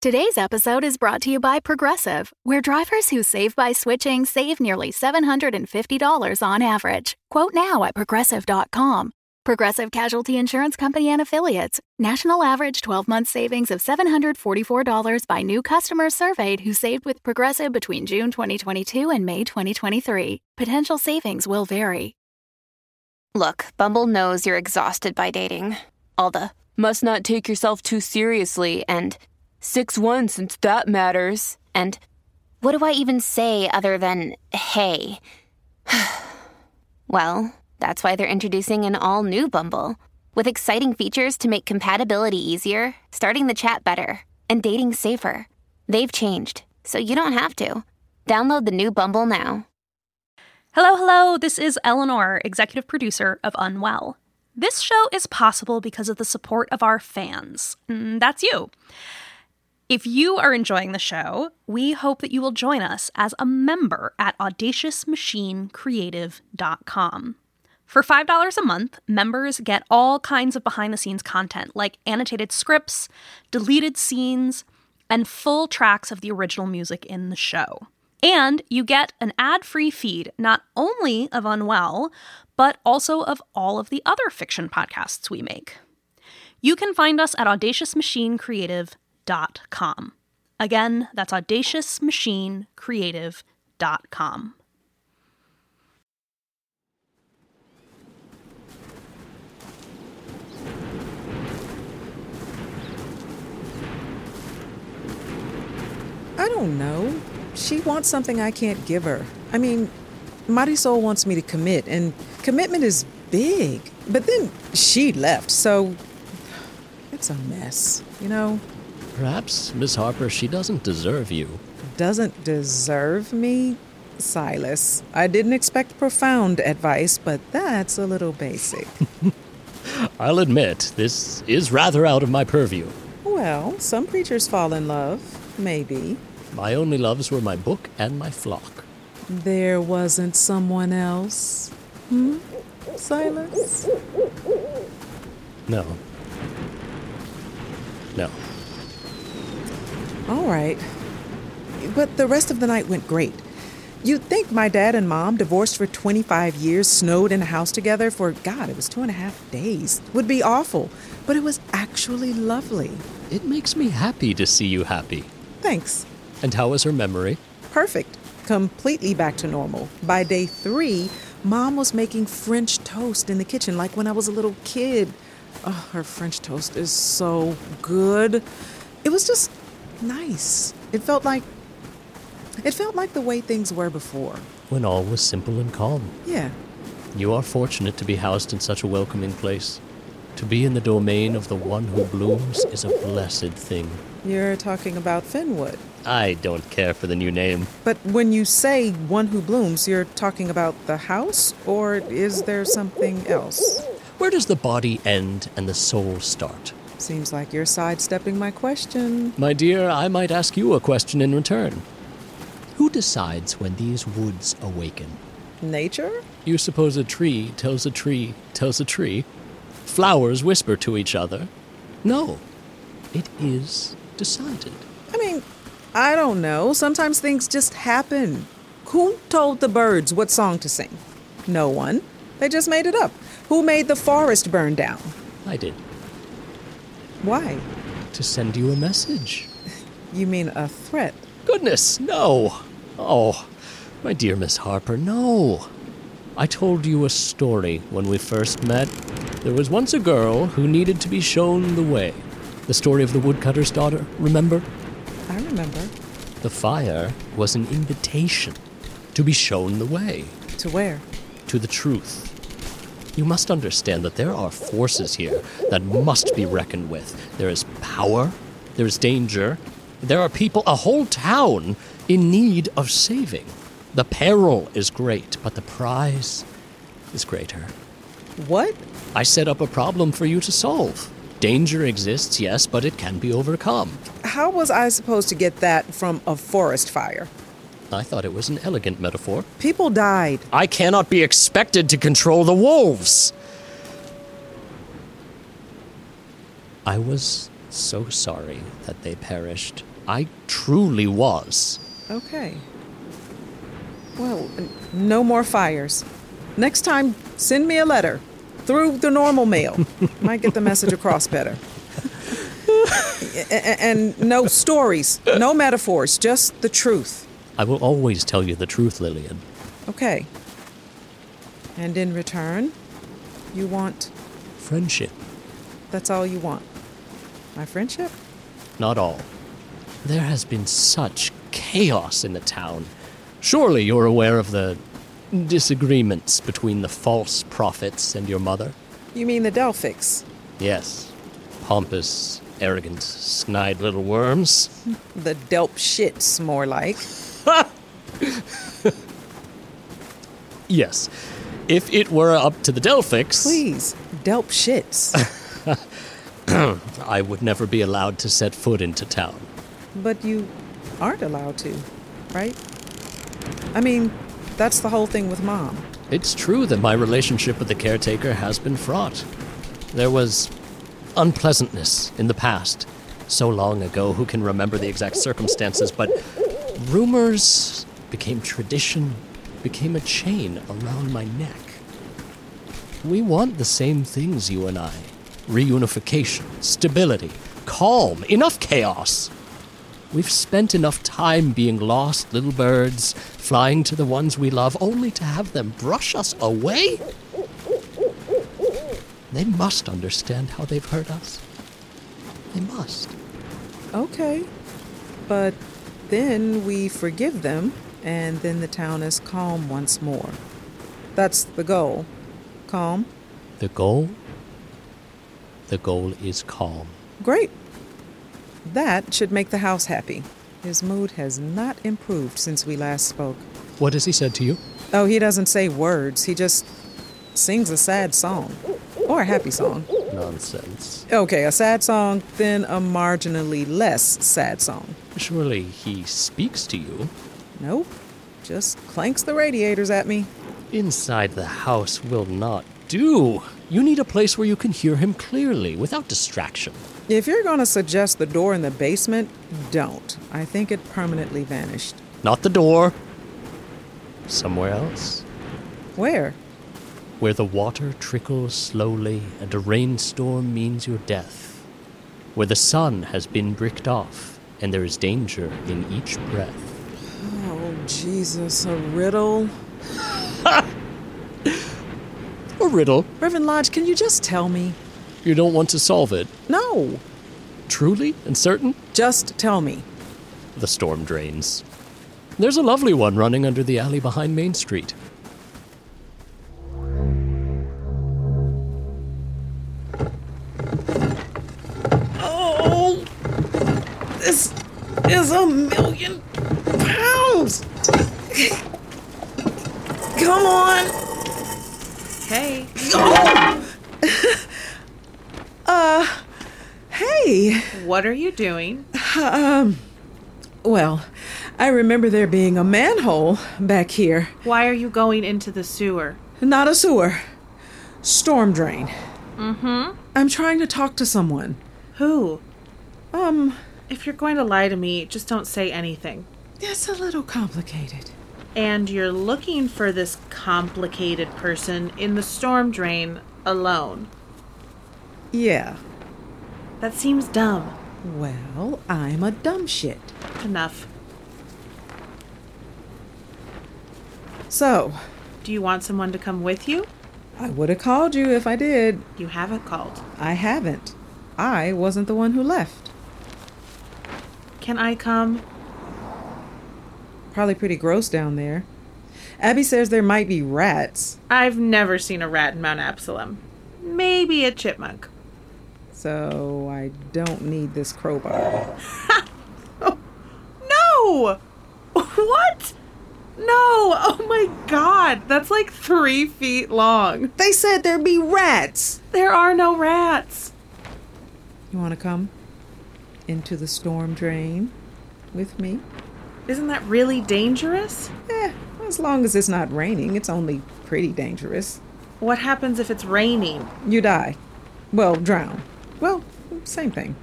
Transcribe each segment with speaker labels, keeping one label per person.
Speaker 1: Today's episode is brought to you by Progressive, where drivers who save by switching save nearly $750 on average. Quote now at progressive.com. Progressive Casualty Insurance Company and Affiliates. National average 12 month savings of $744 by new customers surveyed who saved with Progressive between June 2022 and May 2023. Potential savings will vary.
Speaker 2: Look, Bumble knows you're exhausted by dating. All the must not take yourself too seriously and 6 1 since that matters. And what do I even say other than hey? well, that's why they're introducing an all new Bumble with exciting features to make compatibility easier, starting the chat better, and dating safer. They've changed, so you don't have to. Download the new Bumble now.
Speaker 3: Hello, hello. This is Eleanor, executive producer of Unwell. This show is possible because of the support of our fans. and That's you. If you are enjoying the show, we hope that you will join us as a member at audaciousmachinecreative.com. For $5 a month, members get all kinds of behind the scenes content like annotated scripts, deleted scenes, and full tracks of the original music in the show. And you get an ad free feed not only of Unwell, but also of all of the other fiction podcasts we make. You can find us at audaciousmachinecreative.com. Again, that's audaciousmachinecreative.com.
Speaker 4: I don't know. She wants something I can't give her. I mean, Marisol wants me to commit, and commitment is big. But then she left, so it's a mess, you know?
Speaker 5: Perhaps, Miss Harper, she doesn't deserve you.
Speaker 4: Doesn't deserve me? Silas, I didn't expect profound advice, but that's a little basic.
Speaker 5: I'll admit, this is rather out of my purview.
Speaker 4: well, some preachers fall in love, maybe.
Speaker 5: My only loves were my book and my flock.
Speaker 4: There wasn't someone else. Hmm? Silas?
Speaker 5: No. No.
Speaker 4: All right. But the rest of the night went great. You'd think my dad and mom, divorced for 25 years, snowed in a house together for, God, it was two and a half days, would be awful. But it was actually lovely.
Speaker 5: It makes me happy to see you happy.
Speaker 4: Thanks.
Speaker 5: And how is her memory?
Speaker 4: Perfect. Completely back to normal. By day three, mom was making French toast in the kitchen like when I was a little kid. Oh, her French toast is so good. It was just nice. It felt like. It felt like the way things were before.
Speaker 5: When all was simple and calm.
Speaker 4: Yeah,
Speaker 5: You are fortunate to be housed in such a welcoming place. To be in the domain of the one who blooms is a blessed thing.
Speaker 4: you're talking about Fenwood.
Speaker 5: I don't care for the new name.
Speaker 4: But when you say one who blooms, you're talking about the house, or is there something else?
Speaker 5: Where does the body end and the soul start?
Speaker 4: Seems like you're sidestepping my question.
Speaker 5: My dear, I might ask you a question in return. Who decides when these woods awaken?
Speaker 4: Nature?
Speaker 5: You suppose a tree tells a tree tells a tree? Flowers whisper to each other? No. It is decided.
Speaker 4: I mean, I don't know. Sometimes things just happen. Who told the birds what song to sing? No one. They just made it up. Who made the forest burn down?
Speaker 5: I did.
Speaker 4: Why?
Speaker 5: To send you a message.
Speaker 4: You mean a threat?
Speaker 5: Goodness, no. Oh, my dear Miss Harper, no. I told you a story when we first met. There was once a girl who needed to be shown the way. The story of the woodcutter's daughter, remember?
Speaker 4: I remember.
Speaker 5: The fire was an invitation to be shown the way
Speaker 4: To where?
Speaker 5: to the truth. You must understand that there are forces here that must be reckoned with. There is power, there is danger, there are people, a whole town, in need of saving. The peril is great, but the prize is greater.
Speaker 4: What?
Speaker 5: I set up a problem for you to solve. Danger exists, yes, but it can be overcome.
Speaker 4: How was I supposed to get that from a forest fire?
Speaker 5: I thought it was an elegant metaphor.
Speaker 4: People died.
Speaker 5: I cannot be expected to control the wolves. I was so sorry that they perished. I truly was.
Speaker 4: Okay. Well, n- no more fires. Next time, send me a letter through the normal mail. Might get the message across better. A- a- and no stories, no metaphors, just the truth.
Speaker 5: I will always tell you the truth, Lillian.
Speaker 4: Okay. And in return, you want
Speaker 5: Friendship,
Speaker 4: that's all you want. My friendship?
Speaker 5: not all. There has been such chaos in the town. Surely you're aware of the disagreements between the false prophets and your mother?
Speaker 4: You mean the Delphics?
Speaker 5: Yes. Pompous, arrogant, snide little worms.
Speaker 4: The Delp shits, more like.
Speaker 5: Yes. If it were up to the Delphics,
Speaker 4: Please, Delp shits.
Speaker 5: I would never be allowed to set foot into town.
Speaker 4: But you aren't allowed to, right? I mean, that's the whole thing with mom.
Speaker 5: It's true that my relationship with the caretaker has been fraught. There was unpleasantness in the past, so long ago, who can remember the exact circumstances, but rumors became tradition, became a chain around my neck. We want the same things, you and I reunification, stability, calm, enough chaos. We've spent enough time being lost little birds, flying to the ones we love, only to have them brush us away? They must understand how they've hurt us. They must.
Speaker 4: Okay. But then we forgive them, and then the town is calm once more. That's the goal. Calm?
Speaker 5: The goal? The goal is calm.
Speaker 4: Great. That should make the house happy. His mood has not improved since we last spoke.
Speaker 5: What has he said to you?
Speaker 4: Oh, he doesn't say words, he just sings a sad song. Or a happy song.
Speaker 5: Nonsense.
Speaker 4: Okay, a sad song, then a marginally less sad song.
Speaker 5: Surely he speaks to you.
Speaker 4: Nope. Just clanks the radiators at me.
Speaker 5: Inside the house will not do. You need a place where you can hear him clearly, without distraction.
Speaker 4: If you're going to suggest the door in the basement, don't. I think it permanently vanished.
Speaker 5: Not the door. Somewhere else.
Speaker 4: Where?
Speaker 5: Where the water trickles slowly and a rainstorm means your death. Where the sun has been bricked off and there is danger in each breath.
Speaker 4: Oh, Jesus, a riddle.
Speaker 5: A Oh, riddle.
Speaker 4: Reverend Lodge, can you just tell me?
Speaker 5: You don't want to solve it.
Speaker 4: No,
Speaker 5: Truly and certain?
Speaker 4: just tell me.
Speaker 5: The storm drains. There's a lovely one running under the alley behind Main Street.
Speaker 4: Oh, this is a million pounds. Come on. Oh.
Speaker 3: Hey.
Speaker 4: Uh, Hey.
Speaker 6: What are you doing?
Speaker 4: um, Well, I remember there being a manhole back here.
Speaker 6: Why are you going into the sewer?
Speaker 4: Not a sewer. Storm drain. Mm-hmm. I'm trying to talk to someone.
Speaker 6: Who?
Speaker 4: Um,
Speaker 6: If you're going to lie to me, just don't say anything.
Speaker 4: that's a little complicated.
Speaker 6: And you're looking for this complicated person in the storm drain alone.
Speaker 4: Yeah.
Speaker 6: That seems dumb.
Speaker 4: Well, I'm a dumb shit.
Speaker 6: Enough.
Speaker 4: So,
Speaker 6: Do you want someone to come with you?
Speaker 4: I would have called you if I did.
Speaker 6: You haven't called.
Speaker 4: I haven't. I wasn't the one who left.
Speaker 6: Can I come?
Speaker 4: Probably pretty gross down there. Abby says there might be rats,
Speaker 6: I've never seen a rat in Mount Absalom. Maybe a chipmunk.
Speaker 4: so I don't need this crowbar.
Speaker 6: No! What? No! Oh my god! That's like three feet long.
Speaker 4: They said there'd be rats.
Speaker 6: There are no rats.
Speaker 4: You want to come into the storm drain with me?
Speaker 6: Isn't that really dangerous?
Speaker 4: Eh, as long as it's not raining, it's only pretty dangerous.
Speaker 6: What happens if it's raining?
Speaker 4: You die. Well, drown. Well, same thing.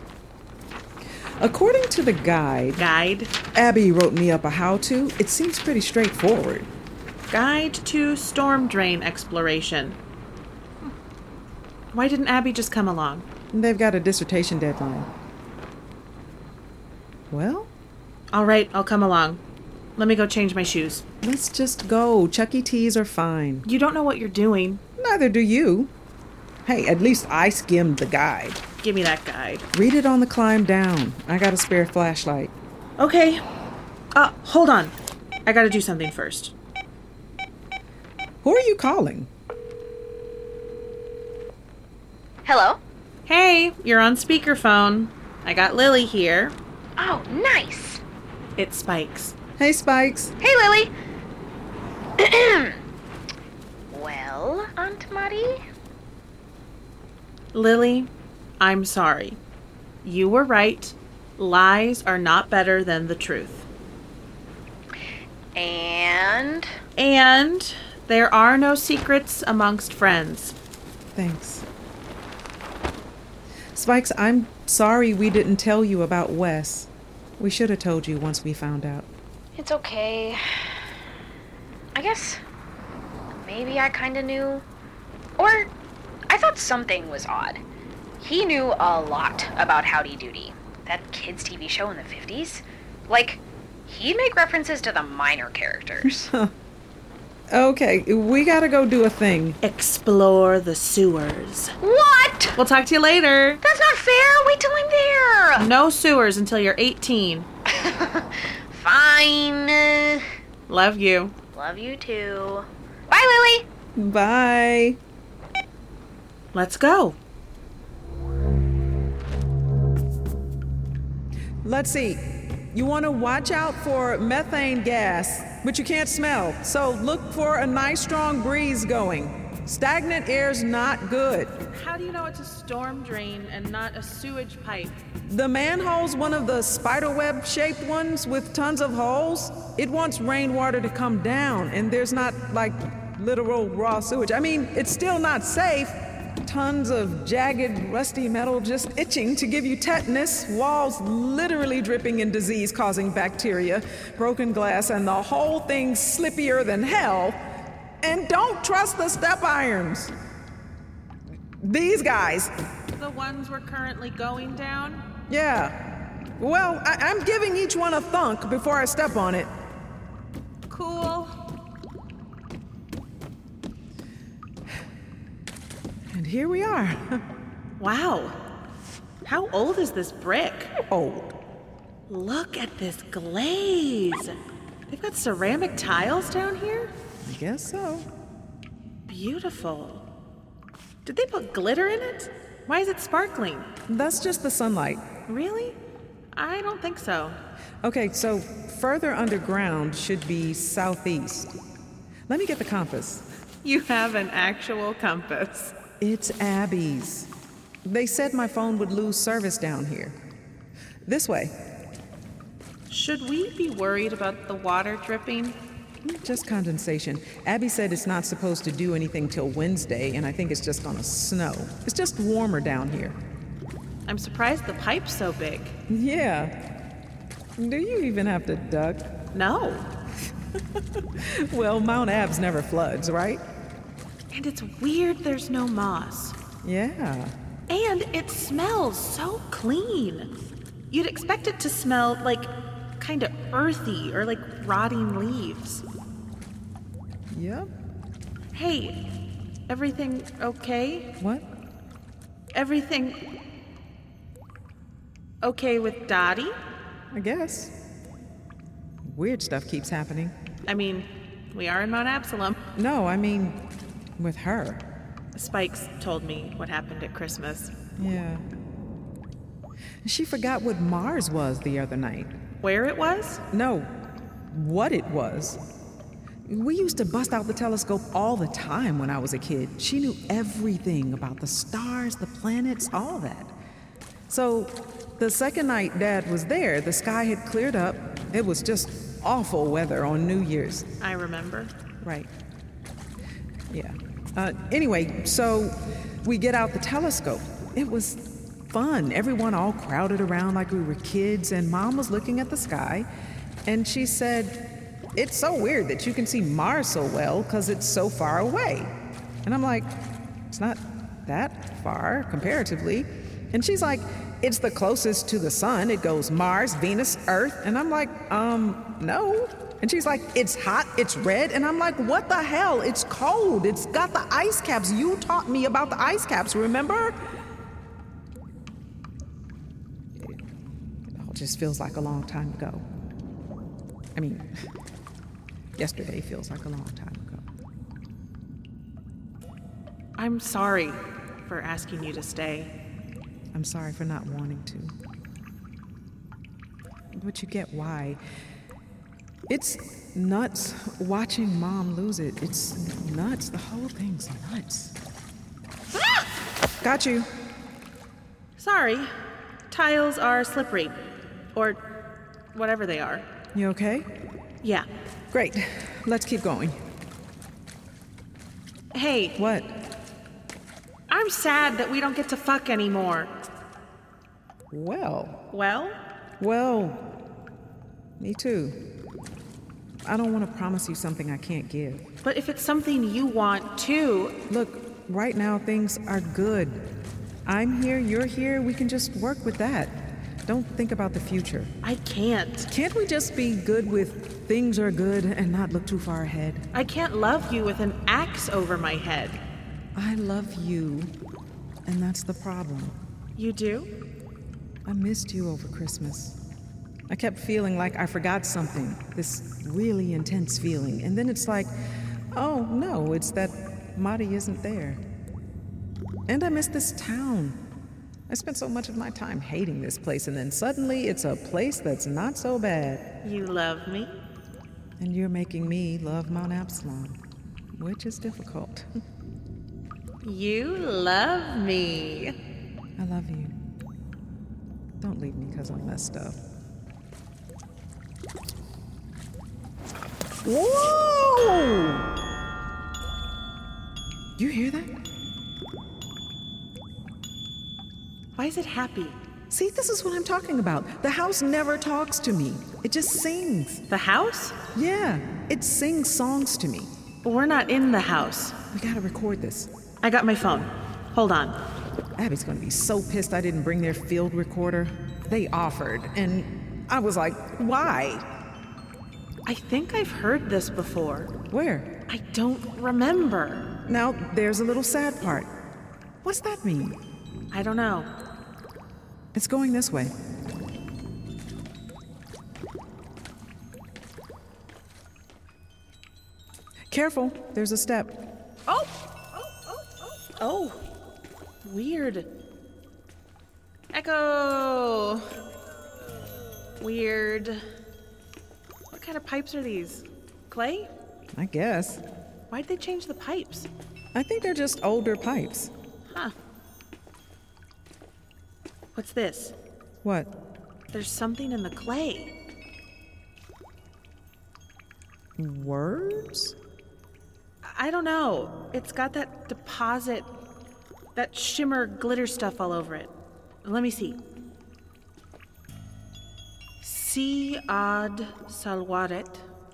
Speaker 4: According to the guide,
Speaker 6: Guide.
Speaker 4: Abby wrote me up a how to. It seems pretty straightforward.
Speaker 6: Guide to storm drain exploration. Why didn't Abby just come along?
Speaker 4: They've got a dissertation deadline. Well,
Speaker 6: All right, I'll come along. Let me go change my shoes.
Speaker 4: let's just go. Chuck E. Cheese are fine.
Speaker 6: You don't know what you're doing.
Speaker 4: Neither do you. Hey, at least I skimmed the guide.
Speaker 6: Give me that guide.
Speaker 4: Read it on the climb down. I got a spare flashlight.
Speaker 6: Okay. Uh, hold on. I gotta do something first.
Speaker 4: Who are you calling?
Speaker 7: Hello?
Speaker 6: Hey, you're on speakerphone. I got Lily here.
Speaker 7: Oh, nice.
Speaker 6: It spikes.
Speaker 4: Hey, Spikes.
Speaker 7: Hey, Lily. well, Aunt Marie?
Speaker 6: Lily, I'm sorry. You were right. Lies are not better than the truth.
Speaker 7: And.
Speaker 6: And there are no secrets amongst friends.
Speaker 4: Thanks. Spikes, I'm sorry we didn't tell you about Wes. We should have told you once we found out.
Speaker 7: It's okay. I guess. Maybe I kinda knew. Or. I thought something was odd. He knew a lot about Howdy Doody, that kids' TV show in the 50s. Like, he'd make references to the minor characters.
Speaker 4: Okay, we gotta go do a thing.
Speaker 6: Explore the sewers.
Speaker 7: what?
Speaker 6: We'll talk to you later.
Speaker 7: That's not fair! Wait till I'm there!
Speaker 6: No sewers until you're 18.
Speaker 7: Fine.
Speaker 6: Love you.
Speaker 7: Love you too. Bye, Lily.
Speaker 4: Bye.
Speaker 6: Let's go.
Speaker 4: Let's see. You want to watch out for methane gas, but you can't smell. So look for a nice strong breeze going. Stagnant air's not good.
Speaker 6: How do you know it's a storm drain and not a sewage pipe?
Speaker 4: The manhole's one of the spiderweb shaped ones with tons of holes. It wants rainwater to come down, and there's not like literal raw sewage. I mean, it's still not safe. Tons of jagged, rusty metal just itching to give you tetanus, walls literally dripping in disease causing bacteria, broken glass, and the whole thing slippier than hell. And don't trust the step irons. These guys,
Speaker 6: The ones we're currently going down?
Speaker 4: yeah. Well, I- I'm giving each one a thunk before I step on it.
Speaker 6: Cool.
Speaker 4: And here we are.
Speaker 6: Wow. How old is this brick?
Speaker 4: Old.
Speaker 6: Look at this glaze. They've got ceramic tiles down here?
Speaker 4: I guess so.
Speaker 6: Beautiful. Did they put glitter in it? Why is it sparkling?
Speaker 4: That's just the sunlight.
Speaker 6: Really? I don't think so.
Speaker 4: Okay, so further underground should be southeast. Let me get the compass.
Speaker 6: You have an actual compass.
Speaker 4: It's Abby's. They said my phone would lose service down here. This way.
Speaker 6: Should we be worried about the water dripping?
Speaker 4: Just condensation. Abby said it's not supposed to do anything till Wednesday, and I think it's just gonna snow. It's just warmer down here.
Speaker 6: I'm surprised the pipe's so big.
Speaker 4: Yeah. Do you even have to duck?
Speaker 6: No.
Speaker 4: Well, Mount Abs never floods, right?
Speaker 6: And it's weird there's no moss.
Speaker 4: Yeah.
Speaker 6: And it smells so clean. You'd expect it to smell like kind of earthy or like rotting leaves.
Speaker 4: Yep.
Speaker 6: Hey, everything okay?
Speaker 4: What?
Speaker 6: Everything okay with Dottie?
Speaker 4: I guess. Weird stuff keeps happening.
Speaker 6: I mean, we are in Mount Absalom.
Speaker 4: No, I mean, with her.
Speaker 6: Spikes told me what happened at Christmas.
Speaker 4: Yeah. She forgot what Mars was the other night.
Speaker 6: Where it was?
Speaker 4: No, what it was. We used to bust out the telescope all the time when I was a kid. She knew everything about the stars, the planets, all that. So the second night Dad was there, the sky had cleared up. It was just awful weather on New Year's.
Speaker 6: I remember.
Speaker 4: Right. Yeah. Uh, anyway, so we get out the telescope. It was fun. Everyone all crowded around like we were kids, and mom was looking at the sky, and she said, It's so weird that you can see Mars so well because it's so far away. And I'm like, It's not that far comparatively. And she's like, It's the closest to the sun. It goes Mars, Venus, Earth. And I'm like, Um, no. And she's like, It's hot, it's red. And I'm like, What the hell? It's cold. It's got the ice caps. You taught me about the ice caps, remember? It all just feels like a long time ago. I mean, yesterday feels like a long time ago.
Speaker 6: I'm sorry for asking you to stay.
Speaker 4: I'm sorry for not wanting to. But you get why. It's nuts watching mom lose it. It's nuts. The whole thing's nuts. Got you.
Speaker 6: Sorry, tiles are slippery. Or whatever they are.
Speaker 4: You okay?
Speaker 6: Yeah.
Speaker 4: Great. Let's keep going.
Speaker 6: Hey,
Speaker 4: What?
Speaker 6: I'm sad that we don't get to fuck anymore.
Speaker 4: Well,
Speaker 6: Well,
Speaker 4: well, me too. I don't want to promise you something I can't give.
Speaker 6: but if it's something you want too,
Speaker 4: Look, right now things are good. I'm here, you're here, we can just work with that. Don't think about the future.
Speaker 6: I can't.
Speaker 4: Can't we just be good with things are good and not look too far ahead?
Speaker 6: I can't love you with an axe over my head.
Speaker 4: I love you, and that's the problem.
Speaker 6: You do?
Speaker 4: I missed you over Christmas. I kept feeling like I forgot something, this really intense feeling. And then it's like, oh no, it's that Marty isn't there. And I miss this town. I spent so much of my time hating this place, and then suddenly it's a place that's not so bad.
Speaker 6: You love me?
Speaker 4: And you're making me love Mount Absalom, which is difficult.
Speaker 6: You love me.
Speaker 4: I love you. Don't leave me because I messed up. Whoa! You hear that?
Speaker 6: Why is it happy?
Speaker 4: See, this is what I'm talking about. The house never talks to me, it just sings.
Speaker 6: The house?
Speaker 4: Yeah, it sings songs to me.
Speaker 6: We're not in the house.
Speaker 4: We gotta record this.
Speaker 6: I got my phone. Hold on.
Speaker 4: Abby's gonna be so pissed I didn't bring their field recorder. They offered, and I was like, why?
Speaker 6: I think I've heard this before.
Speaker 4: Where?
Speaker 6: I don't remember.
Speaker 4: Now, there's a little sad part. What's that mean?
Speaker 6: I don't know.
Speaker 4: It's going this way. Careful, there's a step.
Speaker 6: Oh! Oh, oh, oh, oh. Weird. Echo! Weird. What kind of pipes are these? Clay?
Speaker 4: I guess.
Speaker 6: Why'd they change the pipes?
Speaker 4: I think they're just older pipes.
Speaker 6: Huh. What's this?
Speaker 4: What?
Speaker 6: There's something in the clay.
Speaker 4: Words?
Speaker 6: I- I don't know. It's got that deposit, that shimmer glitter stuff all over it. Let me see. Si ad salvaret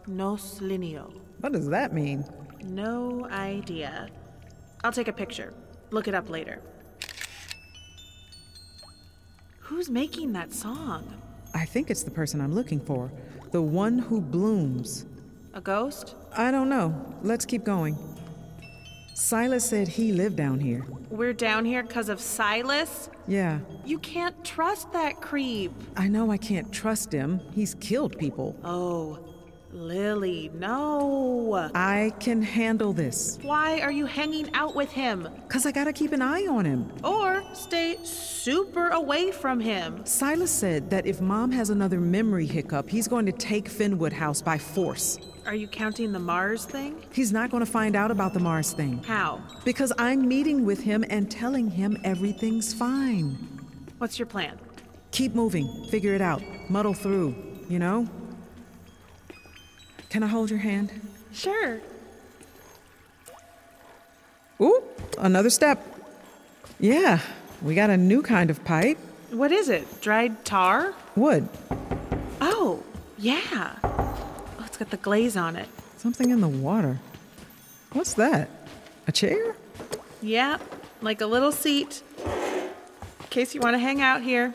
Speaker 6: nos lineo.
Speaker 4: What does that mean?
Speaker 6: No idea. I'll take a picture. Look it up later. Who's making that song?
Speaker 4: I think it's the person I'm looking for. The one who blooms.
Speaker 6: A ghost?
Speaker 4: I don't know. Let's keep going. Silas said he lived down here.
Speaker 6: We're down here because of Silas?
Speaker 4: Yeah,
Speaker 6: You can't trust that creep.
Speaker 4: I know I can't trust him. He's killed people.
Speaker 6: Oh, Lily, no.
Speaker 4: I can handle this.
Speaker 6: Why are you hanging out with him?
Speaker 4: Because I gotta keep an eye on him.
Speaker 6: Or stay super away from him.
Speaker 4: Silas said that if mom has another memory hiccup, he's going to take Finwood House by force.
Speaker 6: Are you counting the Mars thing?
Speaker 4: He's not gonna find out about the Mars thing.
Speaker 6: How?
Speaker 4: Because I'm meeting with him and telling him everything's fine.
Speaker 6: What's your plan?
Speaker 4: Keep moving, figure it out, muddle through, you know? Can I hold your hand?
Speaker 6: Sure.
Speaker 4: Ooh, another step. Yeah, We got a new kind of pipe
Speaker 6: What is it? Dried tar?
Speaker 4: wood.
Speaker 6: Oh, yeah. Oh, it's got the glaze on it.
Speaker 4: Something in the water. What's that? A chair?
Speaker 6: Yep, like a little seat. In case you want to hang out here.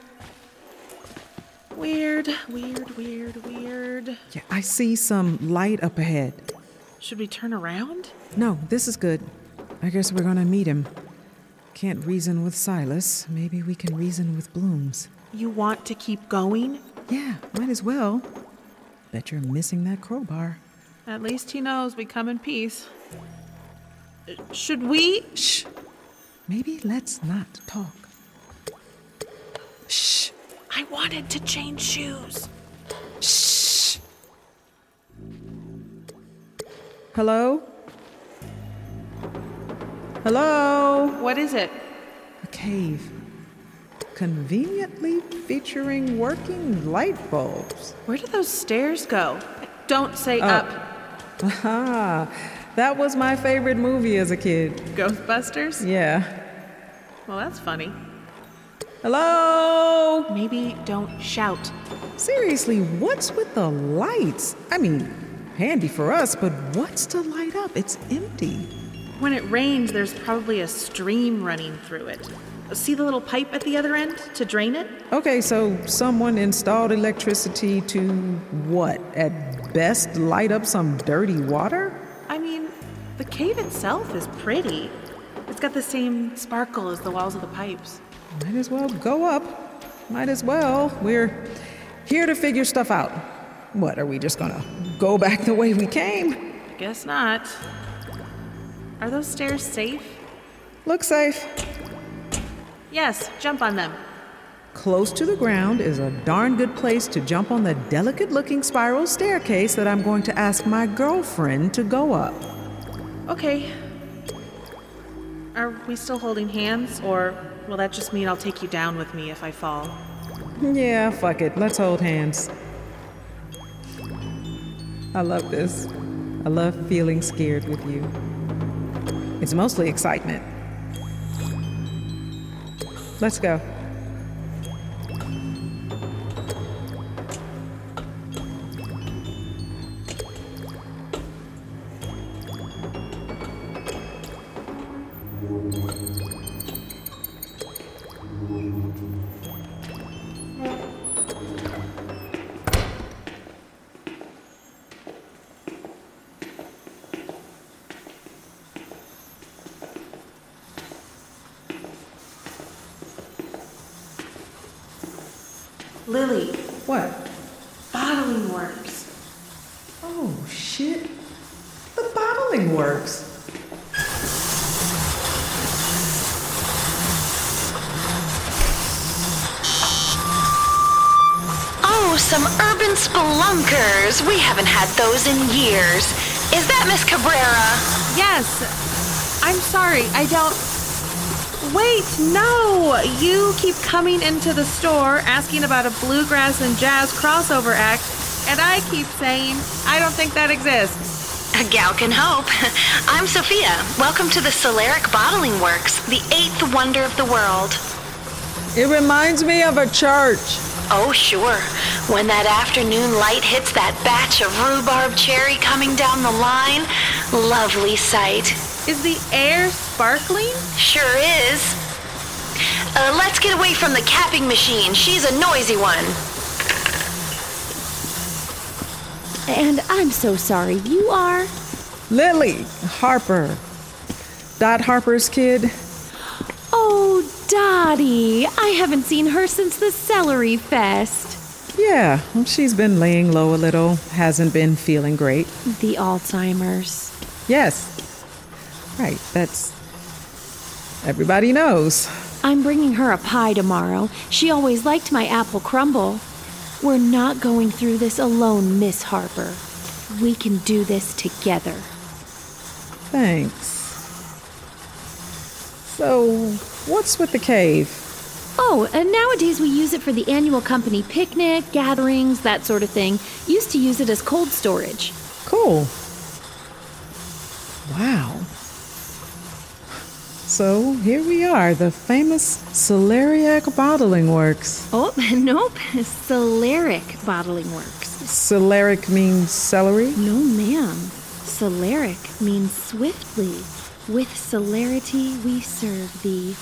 Speaker 6: Weird, weird, weird, weird.
Speaker 4: Yeah, I see some light up ahead.
Speaker 6: Should we turn around?
Speaker 4: No, this is good. I guess we're gonna meet him. Can't reason with Silas. Maybe we can reason with Blooms.
Speaker 6: You want to keep going?
Speaker 4: Yeah, might as well. Bet you're missing that crowbar.
Speaker 6: At least he knows we come in peace. Uh, Should we?
Speaker 4: Shh. Maybe let's not talk. Shh.
Speaker 6: I wanted to change shoes.
Speaker 4: Shh. Hello? Hello?
Speaker 6: What is it?
Speaker 4: A cave. Conveniently featuring working light bulbs.
Speaker 6: Where do those stairs go? Oh. Don't say up.
Speaker 4: Aha. That was my favorite movie as a kid.
Speaker 6: Ghostbusters?
Speaker 4: Yeah.
Speaker 6: Well, that's funny.
Speaker 4: Hello?
Speaker 6: Maybe don't shout.
Speaker 4: Seriously, what's with the lights? I mean, handy for us, but what's to light up? It's empty.
Speaker 6: When it rains, there's probably a stream running through it. See the little pipe at the other end to drain it?
Speaker 4: Okay, so someone installed electricity to what? At best, light up some dirty water?
Speaker 6: I mean, the cave itself is pretty. It's got the same sparkle as the walls of the pipes.
Speaker 4: Might as well go up. Might as well. We're here to figure stuff out. What, are we just gonna go back the way we came?
Speaker 6: Guess not. Are those stairs safe?
Speaker 4: Look safe.
Speaker 6: Yes, jump on them.
Speaker 4: Close to the ground is a darn good place to jump on the delicate looking spiral staircase that I'm going to ask my girlfriend to go up.
Speaker 6: Okay. Are we still holding hands, or will that just mean I'll take you down with me if I fall?
Speaker 4: Yeah, fuck it. Let's hold hands. I love this. I love feeling scared with you. It's mostly excitement. Let's go.
Speaker 6: Lily,
Speaker 4: What?
Speaker 6: bottling worms.
Speaker 4: Oh, shit. The bottling works.
Speaker 8: Oh, some urban spelunkers. We haven't had those in years. Is that Miss Cabrera?
Speaker 6: Yes. I'm sorry, I don't. Wait, no! You keep coming into the store asking about a bluegrass and jazz crossover act, and I keep saying, I don't think that exists.
Speaker 8: A gal can hope. I'm Sophia. Welcome to the Solaric Bottling Works, the eighth wonder of the world.
Speaker 4: It reminds me of a church.
Speaker 8: Oh, sure. When that afternoon light hits that batch of rhubarb cherry coming down the line, lovely sight.
Speaker 6: Is the air sparkling?
Speaker 8: Sure is. Uh, let's get away from the capping machine. She's a noisy one.
Speaker 9: And I'm so sorry. You are?
Speaker 4: Lily Harper. Dot Harper's kid.
Speaker 9: Oh, Dottie. I haven't seen her since the Celery Fest.
Speaker 4: Yeah, well, she's been laying low a little, hasn't been feeling great.
Speaker 9: The Alzheimer's.
Speaker 4: Yes. Right, that's. Everybody knows.
Speaker 9: I'm bringing her a pie tomorrow. She always liked my apple crumble. We're not going through this alone, Miss Harper. We can do this together.
Speaker 4: Thanks. So, what's with the cave?
Speaker 9: Oh, and nowadays we use it for the annual company picnic, gatherings, that sort of thing. Used to use it as cold storage.
Speaker 4: Cool. Wow. So here we are, the famous Celeriac Bottling Works.
Speaker 9: Oh, nope. Celeric Bottling Works.
Speaker 4: Celeric means celery?
Speaker 9: No, ma'am. Celeric means swiftly. With celerity we serve thee.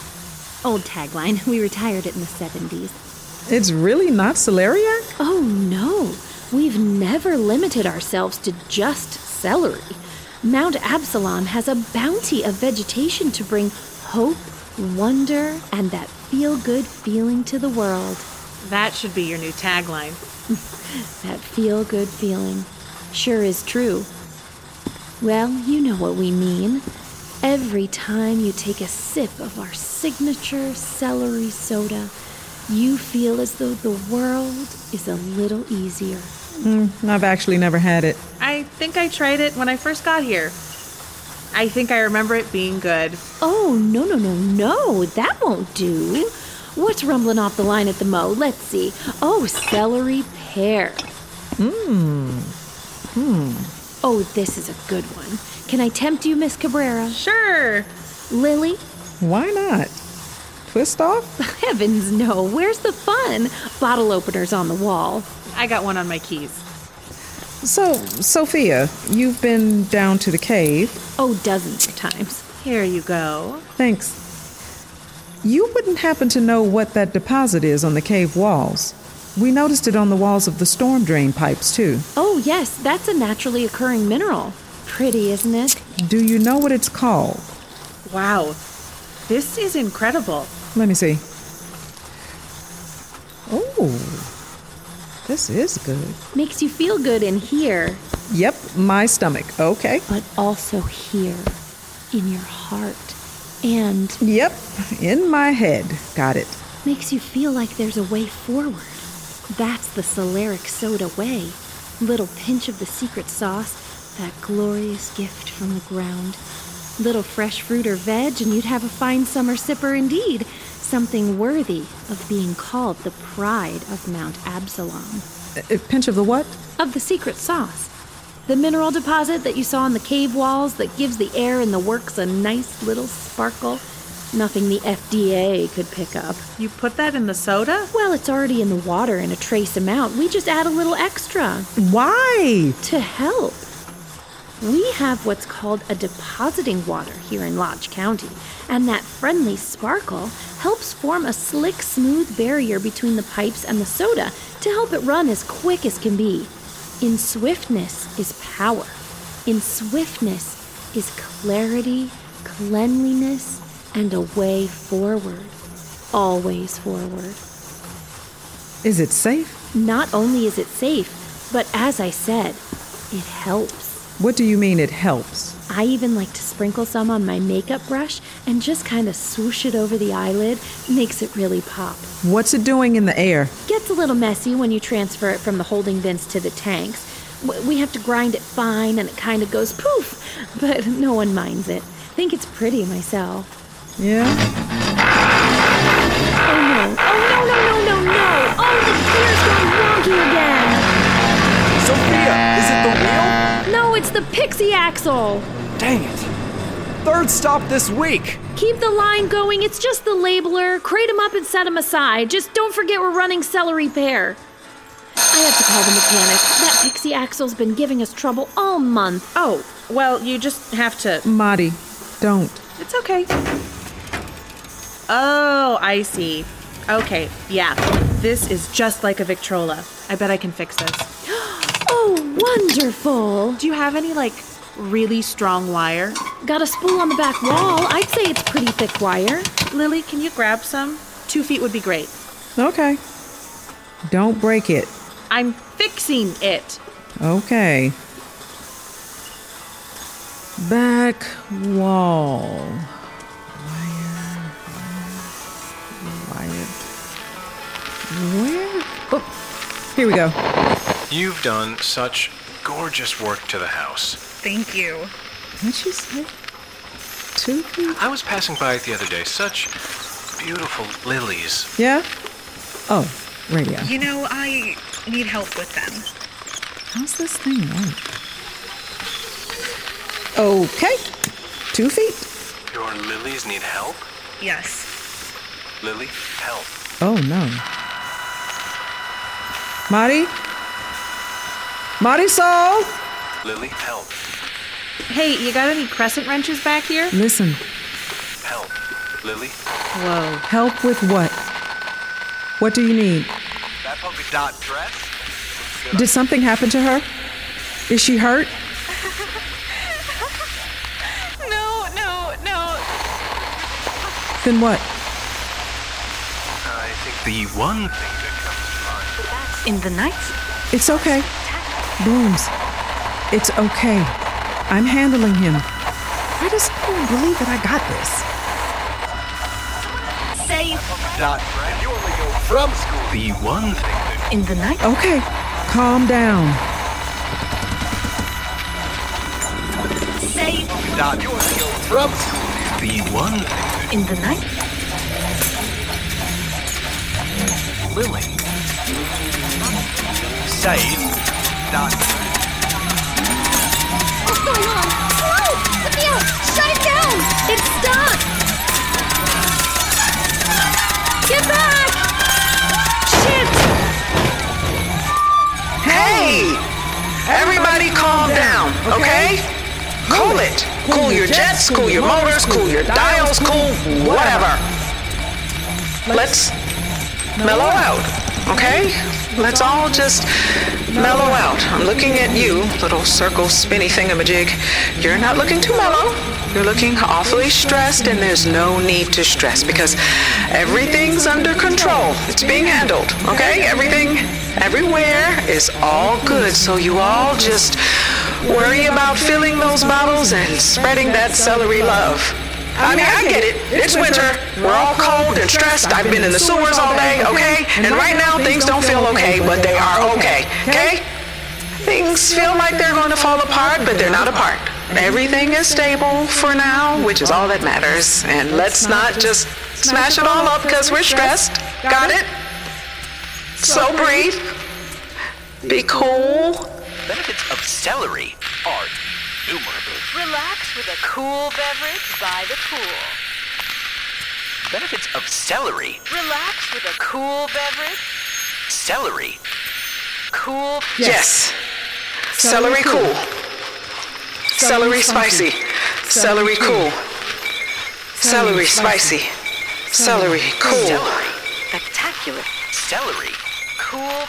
Speaker 9: Old tagline. We retired it in the 70s.
Speaker 4: It's really not celeriac?
Speaker 9: Oh no, we've never limited ourselves to just celery. Mount Absalom has a bounty of vegetation to bring hope, wonder, and that feel good feeling to the world.
Speaker 6: That should be your new tagline.
Speaker 9: That feel good feeling sure is true. Well, you know what we mean. Every time you take a sip of our signature celery soda, you feel as though the world is a little easier.
Speaker 4: mm, I've actually never had it.
Speaker 6: I think I tried it when I first got here. I think I remember it being good.
Speaker 9: Oh, no, no, no, no, that won't do. What's rumbling off the line at the mo? Let's see. Oh, celery pear. Mmm. Mmm. Oh, this is a good one. Can I tempt you, Miss Cabrera?
Speaker 6: Sure.
Speaker 9: Lily?
Speaker 4: Why not? Twist off?
Speaker 9: Heavens no, where's the fun? Bottle openers on the wall.
Speaker 6: I got one on my keys.
Speaker 4: So, Sophia, you've been down to the cave.
Speaker 9: Oh, dozens of times.
Speaker 6: Here you go.
Speaker 4: Thanks. You wouldn't happen to know what that deposit is on the cave walls. We noticed it on the walls of the storm drain pipes, too.
Speaker 9: Oh, yes, that's a naturally occurring mineral. Pretty, isn't it?
Speaker 4: Do you know what it's called?
Speaker 6: Wow. This is incredible.
Speaker 4: Let me see. Oh, this is good.
Speaker 9: Makes you feel good in here,
Speaker 4: Yep, my stomach. Okay.
Speaker 9: but also here, in your heart. And
Speaker 4: Yep, in my head. Got it.
Speaker 9: makes you feel like there's a way forward. That's the Solaric Soda way. Little pinch of the secret sauce, that glorious gift from the ground. Little fresh fruit or veg, and you'd have a fine summer sipper indeed. Something worthy of being called the pride of Mount Absalom.
Speaker 4: A a pinch of the what?
Speaker 9: Of the secret sauce. The mineral deposit that you saw on the cave walls that gives the air in the works a nice little sparkle. Nothing the FDA could pick up.
Speaker 6: You put that in the soda?
Speaker 9: Well, it's already in the water in a trace amount. We just add a little extra
Speaker 4: Why?
Speaker 9: to help. We have what's called a depositing water here in Lodge County, and that friendly sparkle helps form a slick, smooth barrier between the pipes and the soda to help it run as quick as can be. In swiftness is power. In swiftness is clarity, cleanliness, and a way forward. Always forward.
Speaker 4: Is it safe?
Speaker 9: Not only is it safe, but as I said, it helps.
Speaker 4: What do you mean it helps?
Speaker 9: I even like to sprinkle some on my makeup brush and just kind of swoosh it over the eyelid, makes it really pop.
Speaker 4: What's it doing in the air?
Speaker 9: Gets a little messy when you transfer it from the holding bins to the tanks. W- We have to grind it fine and it kind of goes poof, but no one minds it. Think it's pretty myself.
Speaker 4: Yeah?
Speaker 9: Oh no. Oh no, no, no, no, no. Oh, the gear's gone wonky again.
Speaker 10: Sophia, is it the wheel?
Speaker 9: No, it's the pixie axle.
Speaker 10: Dang it. Third stop this week.
Speaker 9: Keep the line going. It's just the labeler. Crate 'em up and set 'em aside. Just don't forget we're running celery pear. I have to call the mechanic. That pixie axle's been giving us trouble all month.
Speaker 6: Oh, well, you just have to.
Speaker 4: Marty, don't.
Speaker 6: It's okay. Oh, I see. Okay, yeah. This is just like a Victrola. I bet I can fix this.
Speaker 9: Oh, wonderful.
Speaker 6: Do you have any, like, really strong wire?
Speaker 9: Got a spool on the back wall. I'd say it's pretty thick wire.
Speaker 6: Lily, can you grab some? Two feet would be great.
Speaker 4: Okay. Don't break it.
Speaker 6: I'm fixing it.
Speaker 4: Okay. Back wall. Wire, wire, wire. Where? Oh, here we go.
Speaker 11: You've done such gorgeous work to the house.
Speaker 7: Thank you.
Speaker 4: What'd she say? Two feet?
Speaker 11: I was passing by it the other day. Such beautiful lilies.
Speaker 4: Yeah? Oh, radio.
Speaker 7: You know, I need help with them.
Speaker 4: How's this thing work? Okay. Two feet.
Speaker 11: You're your lilies need help?
Speaker 7: Yes.
Speaker 11: Lily, help.
Speaker 4: Oh no. Mari? Marisol?
Speaker 11: Lily, help.
Speaker 6: Hey, you got any crescent wrenches back here?
Speaker 4: Listen,
Speaker 11: Help. Lily,
Speaker 6: Whoa.
Speaker 4: help with what? What do you need?
Speaker 11: that polka dot dress?
Speaker 4: Did something happen to her? Is she hurt?
Speaker 7: No, no, no.
Speaker 4: Then what?
Speaker 11: I think the one thing that comes to
Speaker 7: In
Speaker 11: mind.
Speaker 7: the night?
Speaker 4: It's okay. Blooms. It's okay. I'm handling him. I just can't believe that I got this.
Speaker 8: Save
Speaker 11: Dot dress. You only go from school. The one thing that.
Speaker 7: In the night?
Speaker 4: Okay, calm down.
Speaker 8: Save
Speaker 11: Dot. You only go from school. The one thing that.
Speaker 7: In the night?
Speaker 11: Lily. Save. Dot.
Speaker 8: What's going on? Help! Sophia, shut it down! It's stuck! Get back! Shit!
Speaker 12: Hey! Everybody calm down, okay? Cool it. Cool your jets, cool your motors, cool your dials, cool whatever. Let's mellow out, okay? Let's all just mellow out. I'm looking at you, little circle spinny thingamajig. You're not looking too mellow. You're looking awfully stressed, and there's no need to stress because everything's under control. It's being handled, okay? Everything, everywhere is all good. So you all just worry about filling those bottles and spreading that celery love. I mean, I get it. It's winter. We're all cold and stressed. I've been in the sewers all day, okay? And right now, things don't feel okay, but they are okay, okay? Things feel like they're going to fall apart, but they're not apart. Everything is stable for now, which is all that matters. And let's not just smash it all up because we're stressed. Got it? So breathe. Be cool.
Speaker 11: Benefits of celery are numerous.
Speaker 7: Relax with a cool beverage by the pool.
Speaker 11: Benefits of celery.
Speaker 7: Relax with a cool beverage.
Speaker 11: Celery.
Speaker 7: Cool.
Speaker 12: Yes. Celery cool. Celery spicy. Celery cool. Celery spicy. Celery cool.
Speaker 11: Celery.
Speaker 7: Spectacular.
Speaker 11: Celery.
Speaker 7: Cool.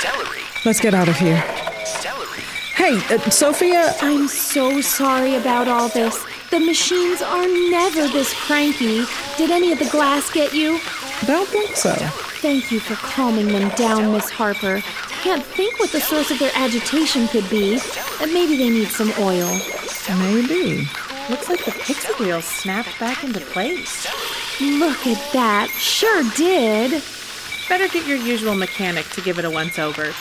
Speaker 11: Celery.
Speaker 4: Let's get out of here.
Speaker 11: Celery.
Speaker 4: Hey, uh, Sophia,
Speaker 9: I'm so sorry about all this. The machines are never this cranky. Did any of the glass get you?
Speaker 4: I don't think so.
Speaker 9: Thank you for calming them down, Miss Harper. Can't think what the source of their agitation could be. Uh, Maybe they need some oil.
Speaker 4: Maybe.
Speaker 6: Looks like the pixie wheel snapped back into place.
Speaker 9: Look at that. Sure did.
Speaker 6: Better get your usual mechanic to give it a once over.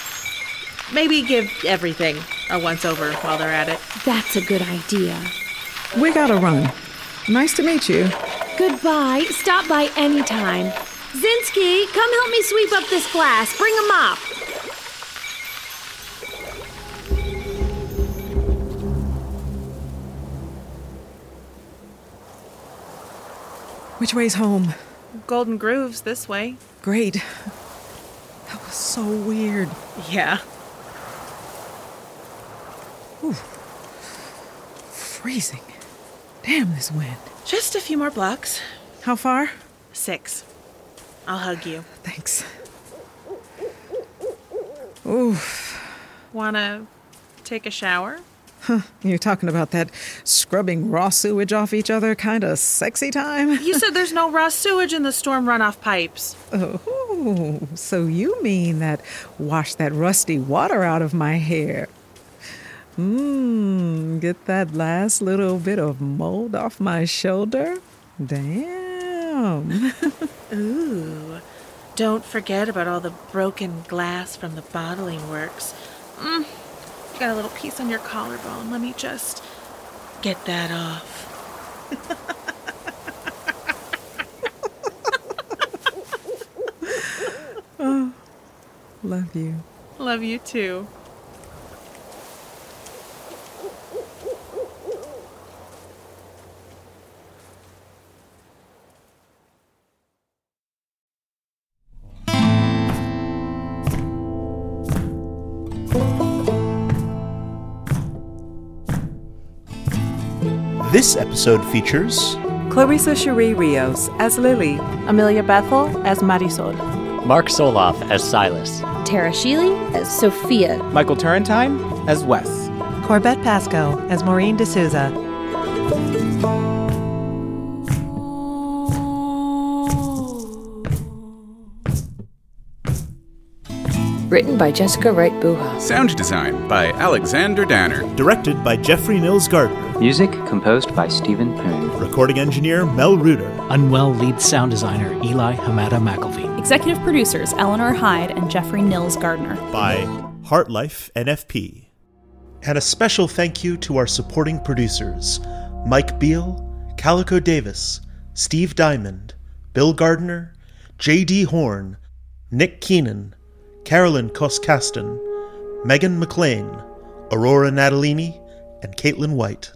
Speaker 6: Maybe give everything a once over while they're at it.
Speaker 9: That's a good idea.
Speaker 4: We gotta run. Nice to meet you.
Speaker 9: Goodbye. Stop by anytime. Zinsky, come help me sweep up this glass. Bring a mop.
Speaker 4: Which way's home?
Speaker 6: Golden Groove's this way.
Speaker 4: Great. That was so weird.
Speaker 6: Yeah.
Speaker 4: Freezing. Damn this wind.
Speaker 6: Just a few more blocks.
Speaker 4: How far?
Speaker 6: Six. I'll hug you.
Speaker 4: Thanks. Oof.
Speaker 6: Wanna take a shower?
Speaker 4: You're talking about that scrubbing raw sewage off each other kind of sexy time?
Speaker 6: You said there's no raw sewage in the storm runoff pipes.
Speaker 4: Oh, so you mean that wash that rusty water out of my hair? Mmm, get that last little bit of mold off my shoulder? Damn.
Speaker 6: Ooh. Don't forget about all the broken glass from the bottling works. Mm. You got a little piece on your collarbone. Let me just get that off.
Speaker 4: Love you.
Speaker 6: Love you too.
Speaker 13: This episode features
Speaker 14: Clarissa Cherie Rios as Lily, Amelia Bethel as Marisol,
Speaker 15: Mark Soloff as Silas,
Speaker 16: Tara Sheely as Sophia,
Speaker 17: Michael Turrentine as Wes,
Speaker 18: Corbett Pasco as Maureen D'Souza.
Speaker 19: Written by Jessica Wright Buha.
Speaker 20: Sound design by Alexander Danner.
Speaker 13: Directed by Jeffrey Nils Gardner.
Speaker 21: Music composed by Stephen Poon.
Speaker 13: Recording engineer Mel Reuter.
Speaker 22: Unwell lead sound designer Eli Hamada McElveen.
Speaker 23: Executive producers Eleanor Hyde and Jeffrey Nils Gardner.
Speaker 13: By Heartlife NFP. And a special thank you to our supporting producers Mike Beal, Calico Davis, Steve Diamond, Bill Gardner, J.D. Horn, Nick Keenan, Carolyn Koskaston, Megan McLean, Aurora Natalini, and Caitlin White.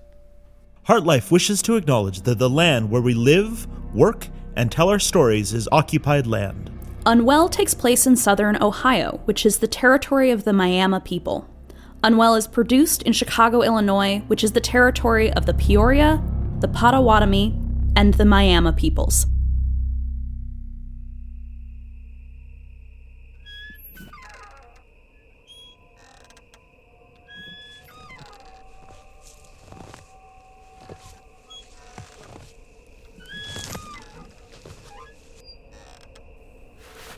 Speaker 13: Heartlife wishes to acknowledge that the land where we live, work, and tell our stories is occupied land.
Speaker 23: Unwell takes place in southern Ohio, which is the territory of the Miami people. Unwell is produced in Chicago, Illinois, which is the territory of the Peoria, the Potawatomi, and the Miami peoples.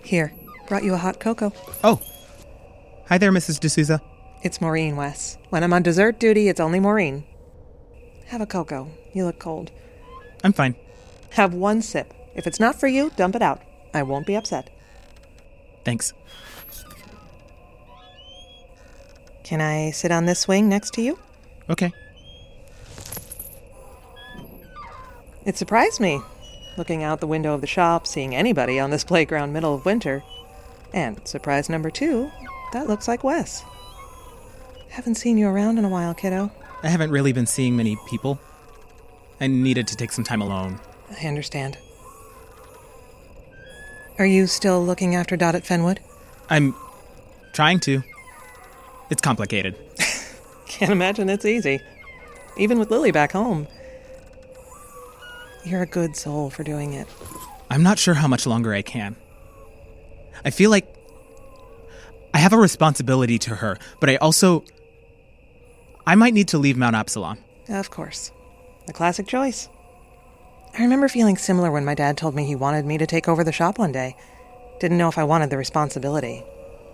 Speaker 24: Here, brought you a hot cocoa.
Speaker 17: Oh. Hi there, Mrs. D'Souza.
Speaker 24: It's Maureen, Wes. When I'm on dessert duty, it's only Maureen. Have a cocoa. You look cold.
Speaker 17: I'm fine.
Speaker 24: Have one sip. If it's not for you, dump it out. I won't be upset.
Speaker 17: Thanks.
Speaker 24: Can I sit on this swing next to you?
Speaker 17: Okay.
Speaker 24: It surprised me, looking out the window of the shop, seeing anybody on this playground middle of winter. And surprise number two, that looks like Wes. Haven't seen you around in a while, kiddo.
Speaker 17: I haven't really been seeing many people. I needed to take some time alone.
Speaker 24: I understand. Are you still looking after Dot at Fenwood?
Speaker 17: I'm trying to. It's complicated.
Speaker 24: Can't imagine it's easy. Even with Lily back home. You're a good soul for doing it.
Speaker 17: I'm not sure how much longer I can. I feel like I have a responsibility to her, but I also. I might need to leave Mount Absalom.
Speaker 24: Of course. The classic choice. I remember feeling similar when my dad told me he wanted me to take over the shop one day. Didn't know if I wanted the responsibility.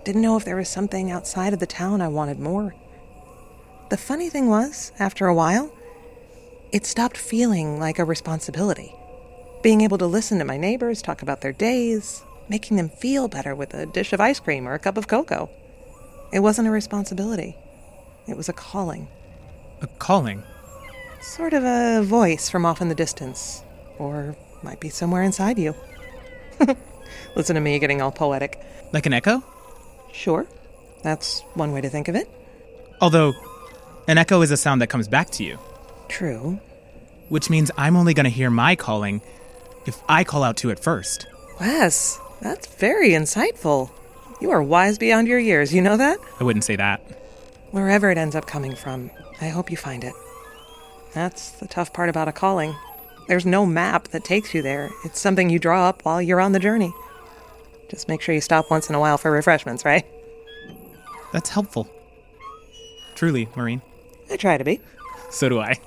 Speaker 24: Didn't know if there was something outside of the town I wanted more. The funny thing was, after a while, it stopped feeling like a responsibility. Being able to listen to my neighbors talk about their days, making them feel better with a dish of ice cream or a cup of cocoa. It wasn't a responsibility, it was a calling.
Speaker 17: A calling?
Speaker 24: Sort of a voice from off in the distance, or might be somewhere inside you. listen to me getting all poetic.
Speaker 17: Like an echo?
Speaker 24: Sure, that's one way to think of it.
Speaker 17: Although, an echo is a sound that comes back to you.
Speaker 24: True.
Speaker 17: Which means I'm only going to hear my calling if I call out to it first.
Speaker 24: Wes, that's very insightful. You are wise beyond your years, you know that?
Speaker 17: I wouldn't say that.
Speaker 24: Wherever it ends up coming from, I hope you find it. That's the tough part about a calling. There's no map that takes you there, it's something you draw up while you're on the journey. Just make sure you stop once in a while for refreshments, right?
Speaker 17: That's helpful. Truly, Maureen.
Speaker 24: I try to be.
Speaker 17: So do I.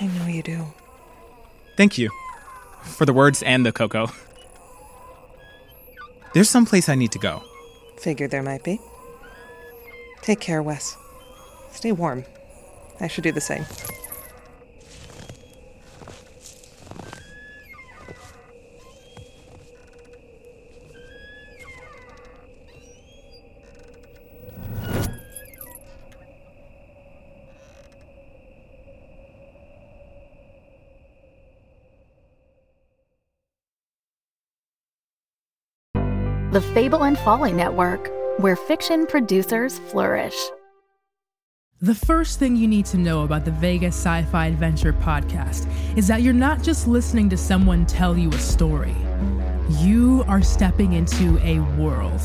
Speaker 24: I know you do.
Speaker 17: Thank you for the words and the cocoa. There's someplace I need to go.
Speaker 24: Figured there might be. Take care, Wes. Stay warm. I should do the same.
Speaker 1: the Fable and Folly Network, where fiction producers flourish.
Speaker 25: The first thing you need to know about the Vegas Sci Fi Adventure podcast is that you're not just listening to someone tell you a story, you are stepping into a world.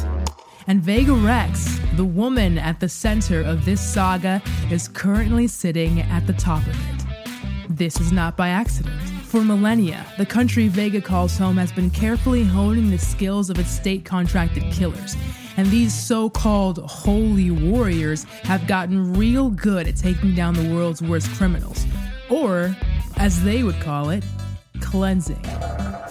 Speaker 25: And Vega Rex, the woman at the center of this saga, is currently sitting at the top of it. This is not by accident. For millennia, the country Vega calls home has been carefully honing the skills of its state contracted killers. And these so called holy warriors have gotten real good at taking down the world's worst criminals, or, as they would call it, cleansing.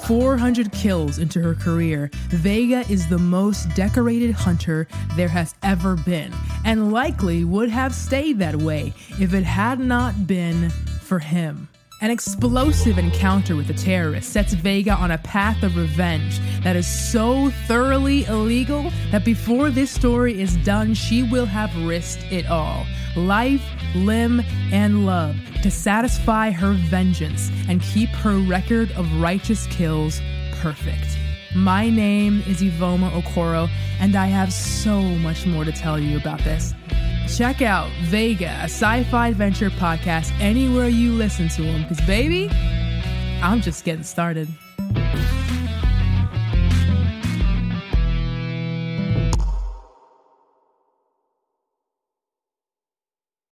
Speaker 25: 400 kills into her career, Vega is the most decorated hunter there has ever been, and likely would have stayed that way if it had not been for him. An explosive encounter with a terrorist sets Vega on a path of revenge that is so thoroughly illegal that before this story is done, she will have risked it all life, limb, and love to satisfy her vengeance and keep her record of righteous kills perfect. My name is Ivoma Okoro, and I have so much more to tell you about this. Check out Vega, a sci fi adventure podcast, anywhere you listen to them, because, baby, I'm just getting started.